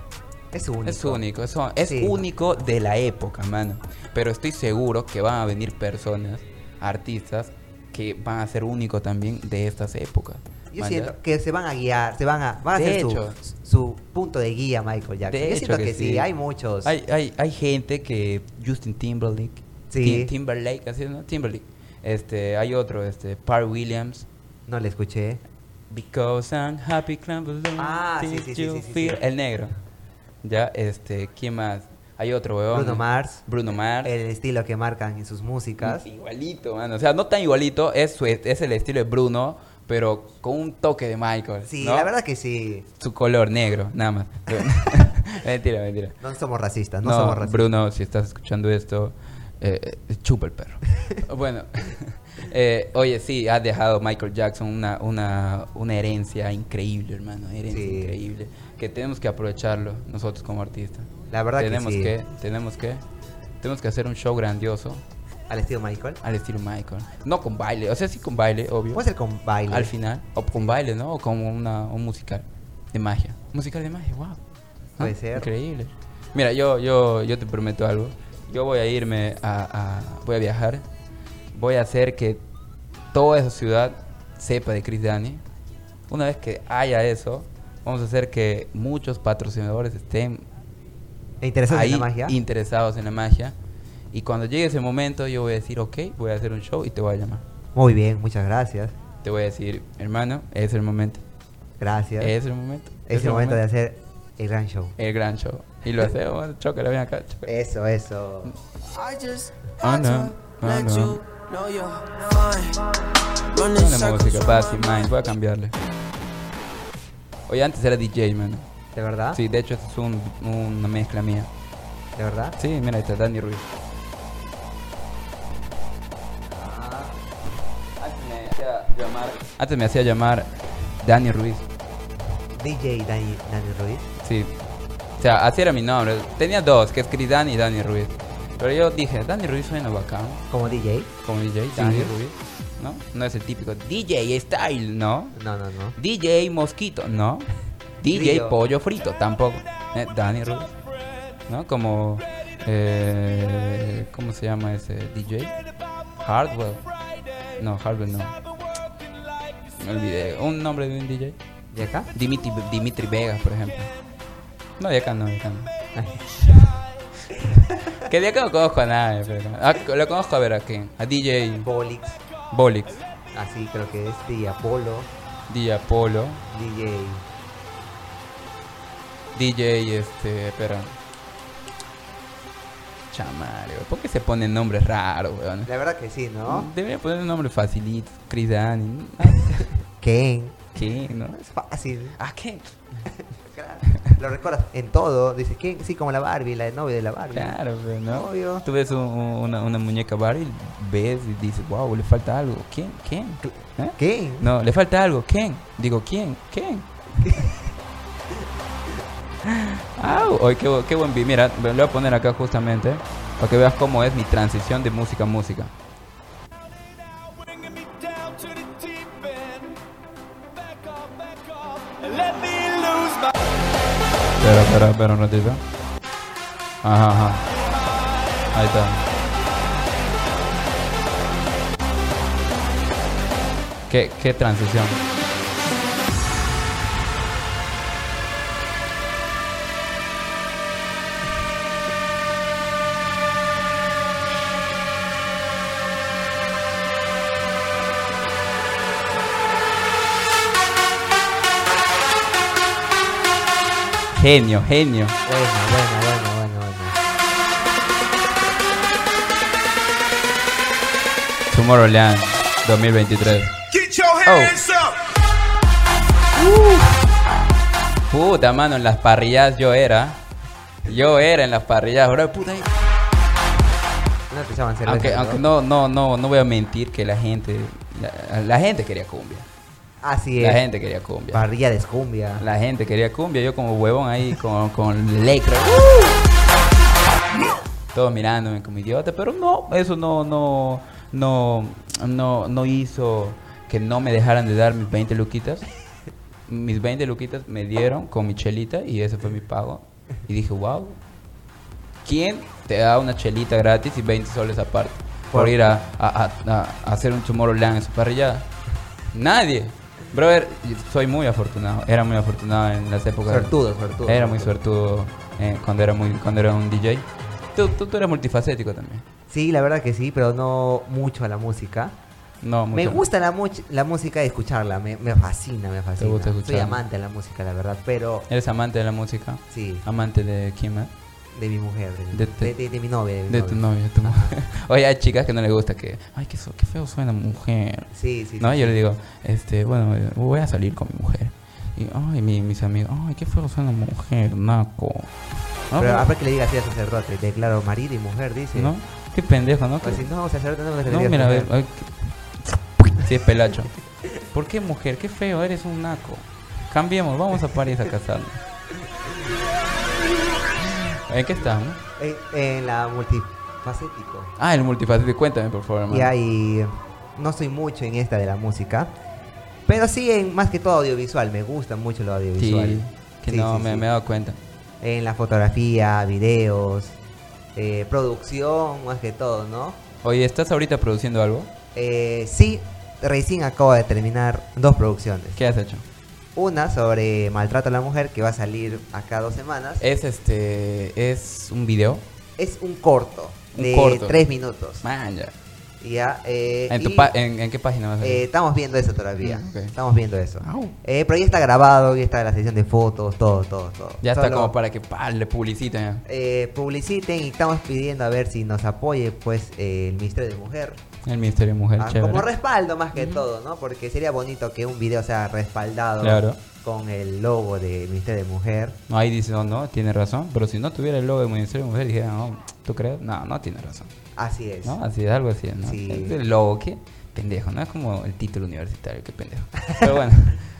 Es único. Es único, es, es Sí. único de la época, mano. Pero estoy seguro que van a venir personas, artistas, que van a ser únicos también de estas épocas. Yo man, siento ya. que se van a guiar, se van a, van a De ser hecho. su, su punto de guía Michael Jackson. De Yo hecho siento que, que sí. sí. hay muchos. Hay, hay, hay gente que. Justin Timberlake. Sí. Tim- Timberlake, así es, ¿no? Timberlake. Este, hay otro, este, Par Williams. No le escuché. Because I'm happy, climb along, Ah, sí, did sí, sí, you sí, sí, feel- sí. El negro. Ya, este, ¿quién más? Hay otro, weón. Bruno Mars. Bruno Mars. El estilo que marcan en sus músicas. Igualito, mano. O sea, no tan igualito, es, su- es el estilo de Bruno, pero con un toque de Michael. Sí, ¿no? la verdad que sí. Su color negro, nada más. mentira, mentira. No somos racistas, no, somos racistas. Bruno, si estás escuchando esto, eh, eh, chupa el perro. bueno, eh, oye, sí, ha dejado Michael Jackson una, una, una herencia increíble, hermano. Herencia Sí. increíble. Que tenemos que aprovecharlo nosotros como artistas. La verdad que tenemos sí. tenemos que, tenemos que hacer un show grandioso Al estilo Michael. al estilo Michael. No con baile, o sea, sí con baile, obvio. Puede ser con baile. Al final, o con baile, ¿no? O como una, un musical de magia. Musical de magia, wow. Puede ser. Increíble. Mira, yo, yo, yo te prometo algo. Yo voy a irme a, a- Voy a viajar. Voy a hacer que toda esa ciudad sepa de Chris Dani. Una vez que haya eso, vamos a hacer que muchos patrocinadores estén ¿Te interesa ahí la magia? interesados en la magia. Y cuando llegue ese momento, yo voy a decir, ok, voy a hacer un show y te voy a llamar. Muy bien, muchas gracias. Te voy a decir, hermano, es el momento. Gracias. Es el momento. es el momento de Eh. hacer el gran show. El gran show. Y lo hacemos, choca, ven acá. chócala. Eso, eso. I just Ah, I no. don't Ah, let no. you know you're fine. Running Ponle circles música, Bass y around Mind, voy a cambiarle. Oye, antes era DJ, mano. ¿De verdad? Sí, de hecho, esto es un- una mezcla mía. ¿De verdad? Sí, mira, ahí está Danny Ruiz. Ah. Antes me hacía llamar. Antes me hacía llamar Danny Ruiz. DJ Dani, Dani Ruiz. Sí. O sea, así era mi nombre. Tenía dos, que es Chris Dan y Danny Ruiz. Pero yo dije, Danny Ruiz suena bacán. Como DJ. Como DJ, Danny Ruiz. ¿No? No es el típico DJ Style, ¿no? No, no, no. DJ Mosquito, ¿no? DJ Río. Pollo Frito, tampoco. Eh, Danny Ruiz. ¿No? Como... eh, ¿Cómo se llama ese DJ? Hardwell. No, Hardwell no. Me olvidé. Un nombre de un DJ. ¿Y acá? Dimitri, Dimitri Vegas, por ejemplo. No, de acá no, de acá no. que de acá no conozco a nadie. pero- ah, lo conozco a ver a quién. A DJ Bolix. Bolix, Así creo que es DJ Apolo. DJ Apolo, DJ. DJ este, pero... Chamario, ¿por qué se ponen nombres raros, weón? La verdad que sí, ¿no? Ah, Debería poner un nombre facilito, Chris Dani. Ken. ¿Qué? ¿No? Es fácil. ¿Ah, qué? Claro. Lo recuerdas en todo. Dice, ¿quién? Sí, como la Barbie, la novia de la Barbie. Ah, Claro, pero no. Obvio. Tú ves un- una, una muñeca Barbie, ves y dices, wow, le falta algo. ¿Quién? ¿Quién? ¿Eh? ¿Quién? No, le falta algo. ¿Quién? Digo, ¿quién? ¿Quién? Ah, hoy qué, bu- qué buen beat. Mira, lo voy a poner acá justamente para que veas cómo es mi transición de música a música. Espera, espera, espera un ratito. Ajá, ajá. Ahí está. Qué, qué transición. Genio, genio. Bueno, bueno, bueno, bueno, bueno. Tomorrowland 2023. Get your hands Oh. up. Uh. Puta, mano, en las parrillas yo era. Yo era en las parrillas, bro. Puta, ahí- No te llaman cerveza. aunque, aunque no, no, no, no voy a mentir que la gente, la, la gente quería cumbia. Así La es. gente quería cumbia. Parrilla de escumbia. La gente quería cumbia. Yo como huevón ahí con, con lecro. Todos mirándome como idiota, pero no, eso no, no, no, no, no hizo que no me dejaran de dar mis 20 luquitas. Mis 20 luquitas me dieron con mi chelita y ese fue mi pago. Y dije, wow, ¿quién te da una chelita gratis y 20 soles aparte por ir a, a- a- a- a hacer un Tomorrowland en su parrillada? Nadie. Brother, yo soy muy afortunado. Era muy afortunado en las épocas. Suertudo, suertudo, Era muy suertudo. suertudo eh, cuando, era muy, cuando era un DJ. Tú, tú, tú eres multifacético también. Sí, la verdad que sí, pero no mucho a la música. No, Me mucho. gusta la, much- la música y escucharla, me, me fascina, me fascina. gusta Soy escucharla. Eh. amante de la música, la verdad, pero Eres amante de la música. sí, Amante de quién más? de mi mujer, de mi, De te- de- de- de mi novia. De, mi De tu novia. tu mujer. Oye, hay chicas que no les gusta que. Ay, qué, so- qué feo suena mujer. Sí, sí. No, sí, yo le sí. digo, este, bueno, eh, voy a salir con mi mujer. Y, ay, mi- mis amigos, ay, qué feo suena mujer, naco. No, Pero ah, aparte que le diga así al sacerdote, declaro marido y mujer, dice. ¿no? Qué pendejo, ¿no? Pues si no, sacerdote no me no, deberías mira, a ver, poner. ay, qué- Sí, es pelacho. ¿Por qué mujer? Qué feo, eres un naco. Cambiemos, vamos a París a casarnos. ¿En qué estamos? Eh, En la multifacético. Ah, el multifacético, cuéntame, por favor, hermano. Ya, y no soy mucho en esta de la música, pero sí en más que todo audiovisual, me gusta mucho lo Sí, audiovisual. que Sí, no, sí, me, sí. me he dado cuenta. En la fotografía, videos, eh, producción, más que todo, ¿no? Oye, ¿estás ahorita produciendo algo? Eh, sí, recién acabo de terminar dos producciones. ¿Qué has hecho? Una sobre maltrato a la mujer que va a salir acá dos semanas. Es este. Es un video. Es un corto Un de corto. tres minutos. Man, ya. Ya, eh, ¿En, tu y, pa- en, en qué página vas a eh, salir? estamos viendo eso todavía. Mm, ok. Estamos viendo eso. Au. Eh, pero ya está grabado, ya está la sesión de fotos, todo, todo, todo. Ya está Solo, como para que pa, le publiciten. ya. eh, publiciten y estamos pidiendo a ver si nos apoye pues eh, el Ministerio de Mujer. El Ministerio de Mujer, Ah, chévere. Mm. como respaldo más que todo, ¿no? Porque sería bonito que un video sea respaldado Claro. con el logo del Ministerio de Mujer. No, ahí dice, no, no, tiene razón. Pero si no tuviera el logo del Ministerio de Mujer, dijera, no, ¿tú crees? No, no tiene razón. Así es. ¿No? Así es, algo así, ¿no? Sí. Es El logo, qué pendejo, ¿no? Es como el título universitario, qué pendejo. Pero bueno,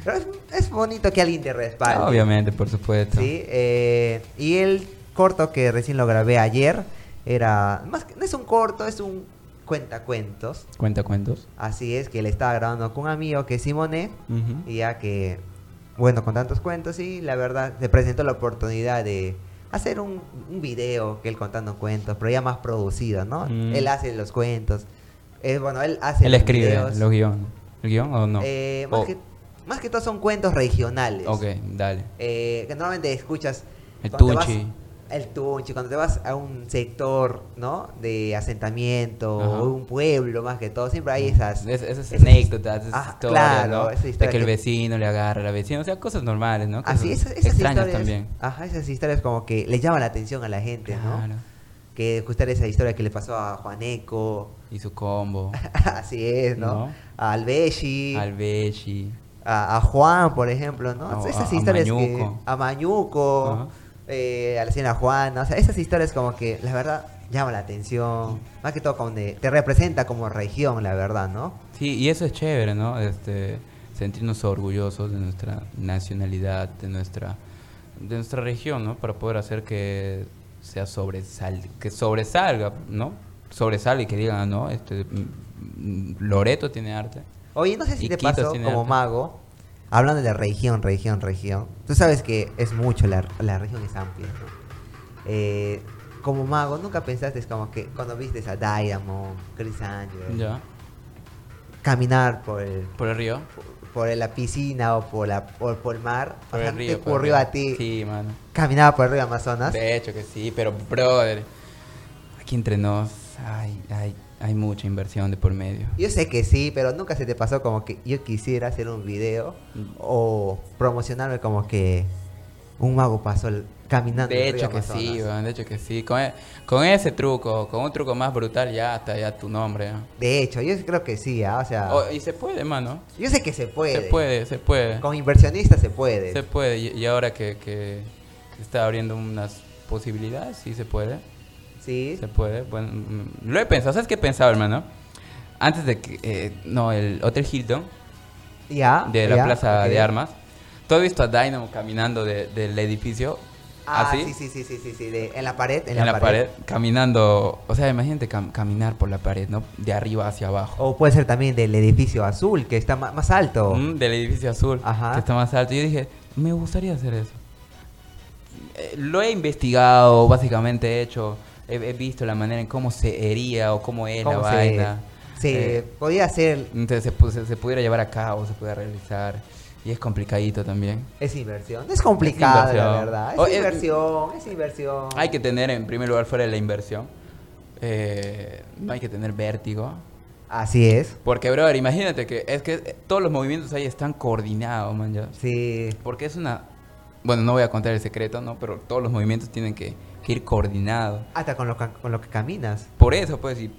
Pero es, es bonito que alguien te respalde. obviamente, por supuesto. Sí, eh, y el corto que recién lo grabé ayer era. Más que, no es un corto, es un cuentacuentos. Cuenta cuentos. Así es, que le estaba grabando con un amigo que es Simone. Ujú. Y ya que, bueno, con tantos cuentos, y la verdad, se presentó la oportunidad de hacer un, un video que él contando cuentos, pero ya más producido, ¿no? Mm. Él hace los cuentos. eh, bueno, él hace Él los escribe videos. los guiones. ¿El guión o no? Eh, más, O- que, más que todo son cuentos regionales. Ok, dale. eh, que normalmente escuchas El cuando te Tunchi. vas- el tunchi cuando te vas a un sector no de asentamiento Ajá. Mm. o un pueblo más que todo siempre hay esas Es- esas esas- anécdotas, esas Ah, historias, claro, ¿no? esa historia de que el que- vecino le agarra a la vecina, o sea, cosas normales, ¿no? Cosas así esas, esas extrañas historias también. ajá esas historias como que le llaman la atención a la gente Claro. no que escuchar esa historia que le pasó a Juaneco Y su combo, así es no, No. a Albeshi al Beshi. a, a Juan, por ejemplo, ¿no? A- esas a- a historias que... Mañuco. A Mañuco, Ajá. eh, a la señora Juana, o sea, esas historias como que, la verdad, llama la atención. Más que todo, como de- te representa como región, la verdad, ¿no? Sí, y eso es chévere, ¿no? Este, sentirnos orgullosos de nuestra nacionalidad, de nuestra, de nuestra región, ¿no? Para poder hacer que sea sobresal, que sobresalga, ¿no? Sobresalga y que digan, ¿no? Este, mm, mm, Loreto tiene arte. Oye, no sé si Y te Quito pasó tiene como arte. mago, hablando de región, región, región. Tú sabes que es mucho, la, la región es amplia, ¿no? Eh, como mago, nunca pensaste es como que cuando viste a Diamond, Chris Angel, Ya. caminar por el, Por el río. por la piscina o por, la, por, por el mar, Por o sea, el río. te por el ocurrió río. a ti Sí, mano. caminaba por el río Amazonas. De hecho que sí, pero brother, aquí entre nos hay, hay, hay mucha inversión de por medio. Yo sé que sí, pero nunca se te pasó como que yo quisiera hacer un video Mm. o promocionarme como que un mago pasó el- caminando. De el río hecho que sí, Amazonas. weón, de hecho que sí. Con, e- con ese truco, con un truco más brutal ya hasta ya tu nombre. ¿no? De hecho, yo creo que sí, ah, o sea, Oh, y se puede, mano. yo sé que se puede. Se puede, se puede. Con e. inversionistas se puede. Se puede. Y, y ahora que, que se está abriendo unas posibilidades, sí se puede. Sí. Se puede. Bueno, mm, lo he pensado. ¿Sabes qué he pensado, hermano? Antes de que... eh, no, el Hotel Hilton. Ya. de la Ah, ya, Plaza ok. de Armas. ¿Tú has visto a Dynamo caminando de- del edificio? Ah, así, sí, sí, sí, sí, sí, sí, de- en la pared, en, en, la pared. caminando. O sea, imagínate cam- caminar por la pared, ¿no? De arriba hacia abajo. O puede ser también del edificio azul, que está ma- más alto. Mm, del edificio azul, Oh. Ajá. que está más alto. Yo dije, me gustaría hacer eso. Eh, Lo he investigado, básicamente he hecho, he, he visto la manera en cómo se hería o cómo es ¿Cómo la se- vaina. Se Eh, podía hacer entonces se, pu- se- se pudiera llevar a cabo, se pudiera realizar. Y es complicadito también. Es inversión. Es complicada, Es la inversión. verdad. Es O- es- inversión, es inversión. Hay que tener, en primer lugar, fuera de la inversión. eh, no hay que tener vértigo. Así es. Porque, brother, imagínate que es que todos los movimientos ahí están coordinados, man. ya. Sí. Porque es una. Bueno, no voy a contar el secreto, ¿no? Pero todos los movimientos tienen que, que ir coordinados. Hasta con lo, ca- con lo que caminas. Por eso, pues, y,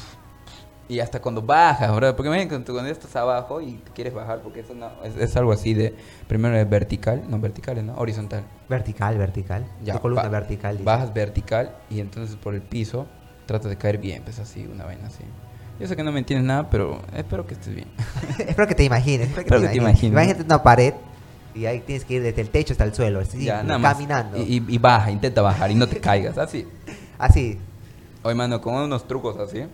y hasta cuando bajas, brother. Porque imagínate cuando, cuando estás abajo y quieres bajar, porque es, una- es, es algo así de. Primero es vertical, no vertical, ¿no? Horizontal. Vertical, vertical. Ya, tu columna ba- vertical. dice. Bajas vertical y entonces por el piso tratas de caer bien, pues así, una vaina así. Yo sé que no me entiendes nada, pero espero que estés bien. espero que te imagines. Espero que te, imagines. Imagínate una pared y ahí tienes que ir desde el techo hasta el suelo. Así, Ya, nada más. caminando. Y, y- y baja, intenta bajar y no te caigas, así. Así. Oye, mano, con unos trucos así,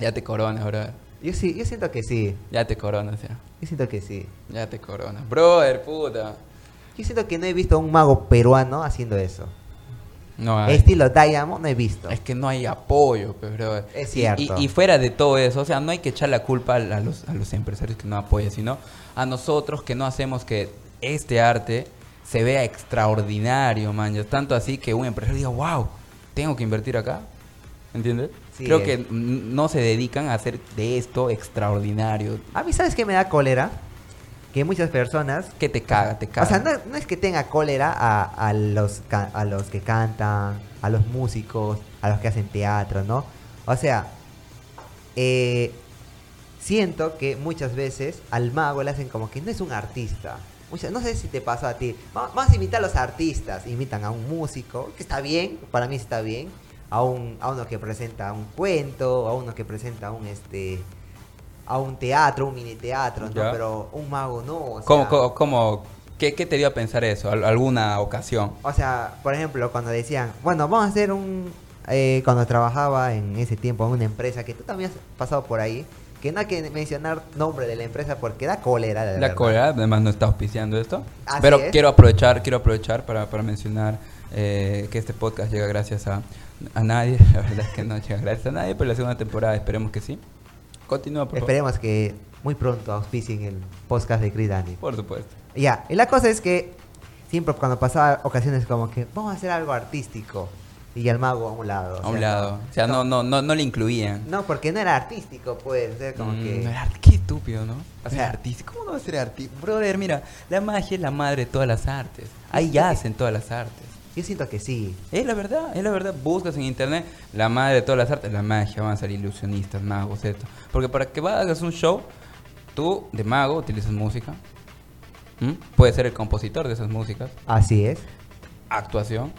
ya te coronas, bro. Yo sí, yo siento que sí. Ya te coronas, ya. Yo siento que sí. Ya te coronas. Brother, puta. Yo siento que no he visto a un mago peruano haciendo eso. No, hay. Estilo Diamond no he visto. Es que no hay apoyo, pues, brother. Es Y- cierto. Y, y fuera de todo eso, o sea, no hay que echar la culpa a, a los, a los empresarios que no apoyan, sino a nosotros que no hacemos que este arte se vea extraordinario, man. Ya, Tanto así que un empresario diga, wow, tengo que invertir acá. ¿Entiendes? Sí, Creo es. que n- no se dedican a hacer de esto extraordinario. A mí, ¿sabes qué me da cólera? Que muchas personas Que te caga, te caga. O sea, no, no es que tenga cólera a, a los, ca- a los que cantan, a los músicos, a los que hacen teatro, ¿no? O sea, eh, siento que muchas veces al mago le hacen como que no es un artista. Mucha- no sé si te pasó a ti. Va- Vamos a imitar a los artistas. Imitan a un músico, que está bien, para mí está bien. A, un, a uno que presenta un cuento, a uno que presenta un este a un teatro, un mini teatro, ¿no? Ya. Pero un mago no. o ¿Cómo, sea- cómo- cómo- qué, qué te dio a pensar eso? ¿Al- ¿Alguna ocasión? O sea, por ejemplo, cuando decían, bueno, vamos a hacer un... eh, cuando trabajaba en ese tiempo en una empresa, que tú también has pasado por ahí, que no hay que mencionar nombre de la empresa porque da cólera. La, La verdad. Corea además no está auspiciando esto. Así pero es. quiero aprovechar, quiero aprovechar para, para mencionar eh, que este podcast llega gracias a, a nadie. La verdad es que no llega gracias a nadie, pero la segunda temporada esperemos que sí. Continúa, por favor. Esperemos que muy pronto auspicien el podcast de Chris Daniel. Por supuesto. Ya, y la cosa es que siempre cuando pasaba ocasiones como que vamos a hacer algo artístico y el mago a un lado. o A un sea, lado. O sea, no, no, no, no le incluían. No, porque no era artístico, pues. Era como Mm, que. no era art- qué estúpido, ¿no? O sea, sea, artista. ¿Cómo no va a ser artista? Brother, mira, la magia es la madre de todas las artes. Ahí yacen todas las artes. Yo siento que sí. Es la verdad, es la verdad. Buscas en internet la madre de todas las artes, la magia, van a salir ilusionistas, magos, esto. Porque para que hagas un show, tú de mago utilizas música. ¿m? Puedes ser el compositor de esas músicas. Así es. Actuación.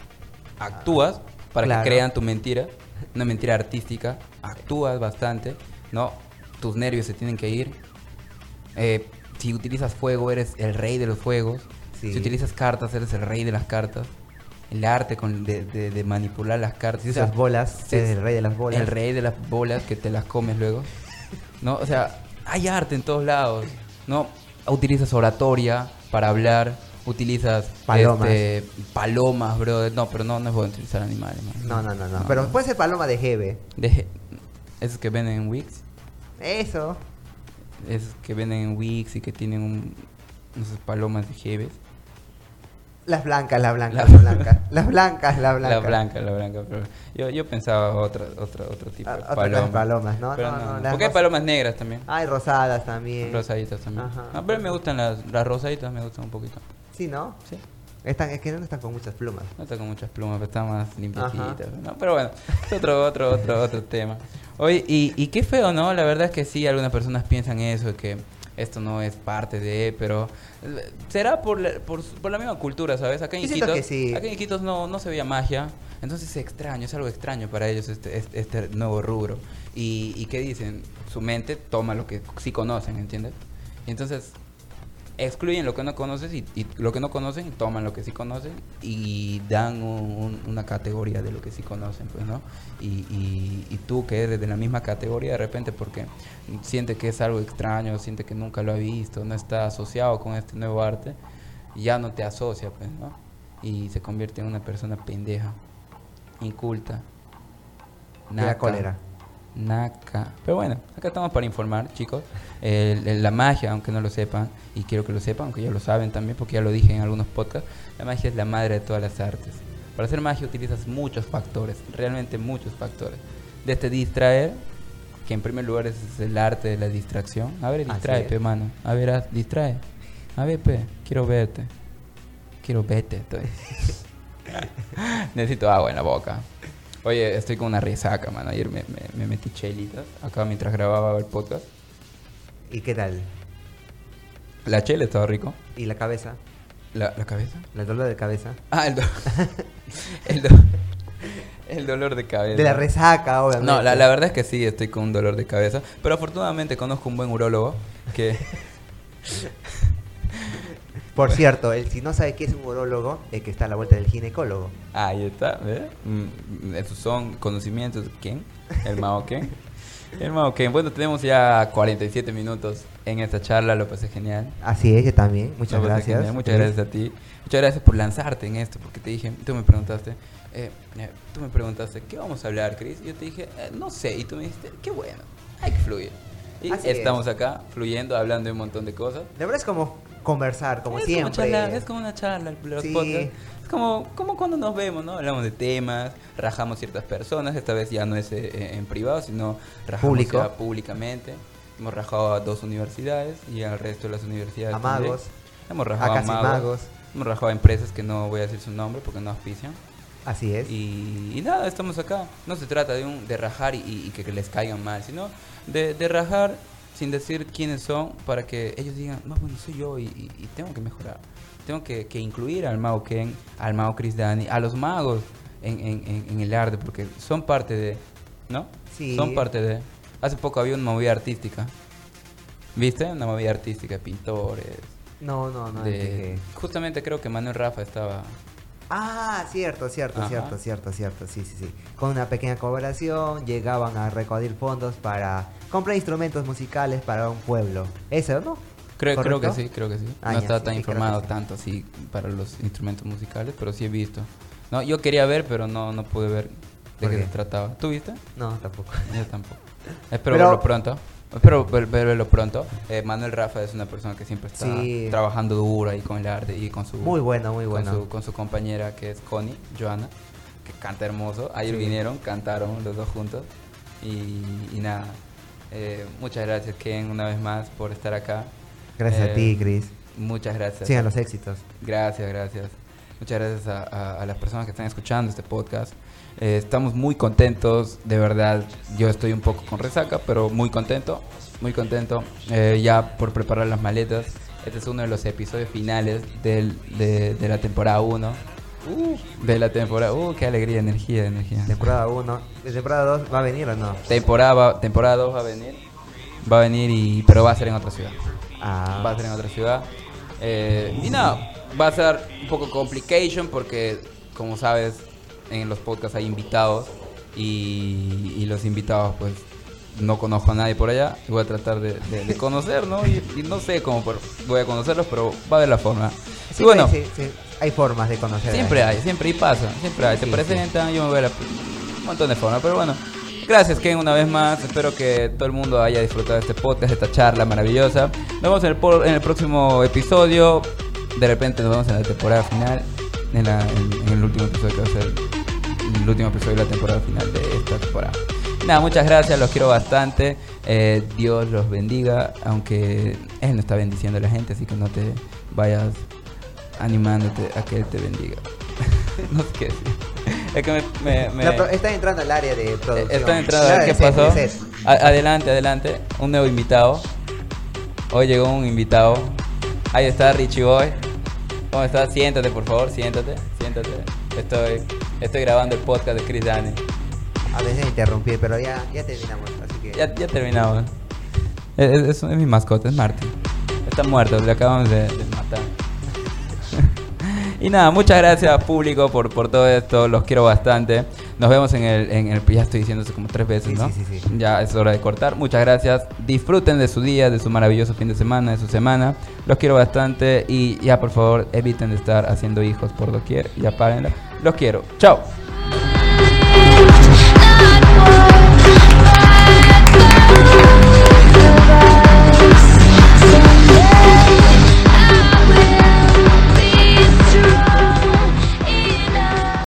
Actúas para claro. que crean tu mentira. Una mentira artística. Actúas bastante. ¿no? Tus nervios se tienen que ir. Eh, si utilizas fuego, eres el rey de los fuegos. Sí. Si utilizas cartas, eres el rey de las cartas. El arte con, de, de- de manipular las cartas. Si O sea, usas bolas, sí, eres el rey de las bolas. el rey de las bolas que te las comes luego. ¿No? O sea, hay arte en todos lados. ¿No? Utilizas oratoria para hablar. Utilizas Palomas. este, palomas, brother. No, pero no, no es bueno utilizar animales. man. No, no, no, no. Pero puede ser paloma de Hebe. Deje- esos que venden en Wix. Eso. Esos que venden en Wix y que tienen un, esas palomas de Jeves. Las blancas, las blancas, La- las blancas. Las blancas, las blancas. La blanca, la blanca. pero yo, yo pensaba otra, otra, otro tipo Ah, de otra paloma. clase de palomas, ¿no? Pero No, no, las Porque hay rosas- palomas negras también. Ay, rosadas también. Rosaditas también. Ajá. Ah, pero me gustan las, las rosaditas, me gustan un poquito. Sí, ¿no? Sí. Están, es que no están con muchas plumas. No está con muchas plumas, pero está más Ajá. limpiecita. ¿no? Pero bueno, es otro, otro, otro, otro tema. Oye, y, y qué feo, ¿no? La verdad es que sí, algunas personas piensan eso, que esto no es parte de, pero eh, será por la, por, su- por la misma cultura, ¿sabes? Acá en Yo siento Iquitos, que sí. acá en Iquitos no, no se veía magia, entonces es extraño, es algo extraño para ellos este, este, este nuevo rubro. Y, y qué dicen, su mente toma lo que sí conocen, ¿entiendes? Y entonces excluyen lo que no conoces y, y lo que no conocen y toman lo que sí conocen y dan un- un- una categoría de lo que sí conocen, pues, ¿no? Y, y- y tú que eres de la misma categoría de repente porque siente que es algo extraño, siente que nunca lo ha visto, no está asociado con este nuevo arte, ya no te asocia, pues, ¿no? Y se convierte en una persona pendeja, inculta. De la naca. cólera. Naca. Pero bueno, acá estamos para informar, chicos. El- el- la magia, aunque no lo sepan, y quiero que lo sepan, aunque ya lo saben también, porque ya lo dije en algunos podcasts, la magia es la madre de todas las artes. Para hacer magia utilizas muchos factores, realmente muchos factores. Desde distraer, que en primer lugar ese es el arte de la distracción. A ver, Así distrae, es. pe, mano. A ver, haz- distrae. A ver, pe, quiero verte. Quiero verte, pues. estoy. Necesito agua en la boca. Oye, estoy con una resaca, man. Ayer me, me- me metí chelitas acá mientras grababa el podcast. ¿Y qué tal? La chela estaba rico. ¿Y la cabeza? La, la cabeza. ¿La dolor de cabeza? Ah, el dolor. el, do- el dolor de cabeza. De la resaca, obviamente. Eh, No, la, la verdad es que sí, estoy con un dolor de cabeza. Pero afortunadamente conozco un buen urólogo que. Por cierto, el, si no sabe qué es un urólogo, el que está a la vuelta del ginecólogo. Ahí está, ¿ves? Mm, mm, Esos son conocimientos. ¿Quién? El Mao Ken. El Mao Ken. Bueno, tenemos ya 47 minutos en esta charla, lo pasé genial. Así es, yo también. Muchas No, pues, gracias. genial. Muchas gracias a ti. Muchas gracias por lanzarte en esto, porque te dije, tú me preguntaste, eh, eh, tú me preguntaste, ¿qué vamos a hablar, Chris? Y yo te dije, "Eh, no sé, y tú me dijiste, qué bueno, hay que fluir. Y Así estamos acá, fluyendo, hablando de un montón de cosas. La verdad es como conversar, como es siempre. Como charlar, es como una charla, el- los Sí. podcasts. Es como, como cuando nos vemos, ¿no? Hablamos de temas, rajamos ciertas personas, esta vez ya no es eh, en privado, sino rajamos Público. ya públicamente. Hemos rajado a dos universidades y al resto de las universidades. A magos. también. Hemos rajado A a, casi magos. magos. Hemos rajado a empresas que no voy a decir su nombre porque no auspician. Así es. Y, y nada, estamos acá. No se trata de, un, de rajar y, y que, que les caigan mal, sino de, de rajar sin decir quiénes son para que ellos digan, más bueno, soy yo y, y- y tengo que mejorar. Tengo que, que incluir al mago Ken, al mago Chris Dani, a los magos en, en- en- en el arte, porque son parte de... ¿No? Sí. Son parte de... Hace poco había una movida artística. ¿Viste? Una movida artística, pintores. No, no, no. de- dije- Justamente creo que Manuel Rafa estaba... Ah, cierto, cierto, Ajá. cierto, cierto, cierto. Sí, sí, sí. Con una pequeña colaboración llegaban a recoger fondos para comprar instrumentos musicales para un pueblo. ¿Eso, no? Creo, creo que ¿Correcto? sí, creo que sí. Ah, no ya, estaba sí, tan sí, creo que informado sí. tanto así para los instrumentos musicales, pero sí he visto. No, yo quería ver, pero no, no pude ver de ¿Por qué qué? se trataba. ¿Tú viste? No, tampoco. Yo tampoco. Espero Pero- verlo pronto. Pero, pero, pero lo pronto, eh, Manuel Rafa es una persona que siempre está Sí. trabajando duro ahí con el arte y con su... Muy bueno, muy Uh. con bueno. su, con su compañera que es Connie, Joana, que canta hermoso. Ayer Sí. vinieron, cantaron los dos juntos. Y, y nada, eh, muchas gracias Ken una vez más por estar acá. Gracias Eh, a ti, Chris. Muchas gracias. Sigan los éxitos. Gracias, gracias. Muchas gracias a, a- a las personas que están escuchando este podcast. Eh, estamos muy contentos, de verdad. Yo estoy un poco con resaca, pero muy contento, muy contento eh, ya por preparar las maletas. Este es uno de los episodios finales del- de, de la temporada 1. de la temporada. ¡Uh, qué alegría, energía, energía! Temporada 1. ¿Temporada 2 va a venir o no? Temporada, va- temporada 2 va a venir. Va a venir, y, pero va a ser en otra ciudad Ah, va a ser en otra ciudad. Eh, y nada, va a ser un poco complication porque, como sabes, en los podcasts hay invitados y, y los invitados, pues, no conozco a nadie por allá. Voy a tratar de, de- de conocer, ¿no? Y, y no sé cómo por- voy a conocerlos, pero va a haber la forma. sí, Y bueno, sí, sí. Hay formas de conocer. a siempre alguien. hay, siempre y pasa, siempre hay. Te Sí, presentan, yo me voy a la- un montón de formas, pero bueno. Gracias Ken una vez más, espero que todo el mundo haya disfrutado de este podcast, de esta charla maravillosa. Nos vemos en el, por- en el próximo episodio, de repente nos vemos en la temporada final, en, la- en- en el último episodio que va a ser el último episodio de la temporada final de esta temporada. Nada, muchas gracias, los quiero bastante, eh, Dios los bendiga, aunque Él no está bendiciendo a la gente, así que no te vayas animándote a que Él te bendiga. no sé qué decir. Es que me... me- me- Eh, No, pero están entrando al área de producción. Está entrando a ver Claro, qué de set, pasó. de set. A- Adelante, adelante. Un nuevo invitado. Hoy llegó un invitado. Ahí está Richie Boy. ¿Cómo estás? Siéntate, por favor, siéntate, siéntate. Estoy, estoy grabando el podcast de Chris Dani. A veces interrumpí, pero ya, ya terminamos. Así que. Ya, ya terminamos. Es, es- es mi mascota, es Martin. Está muerto, le acabamos de, de matar. y nada, muchas gracias público por, por todo esto, los quiero bastante. Nos vemos en el, en el... Ya estoy diciendo eso como tres veces, Sí, ¿no? sí, sí, sí. Ya es hora de cortar. Muchas gracias. Disfruten de su día, de su maravilloso fin de semana, de su semana. Los quiero bastante y ya por favor eviten de estar haciendo hijos por doquier y apárenla. Los quiero. Chao.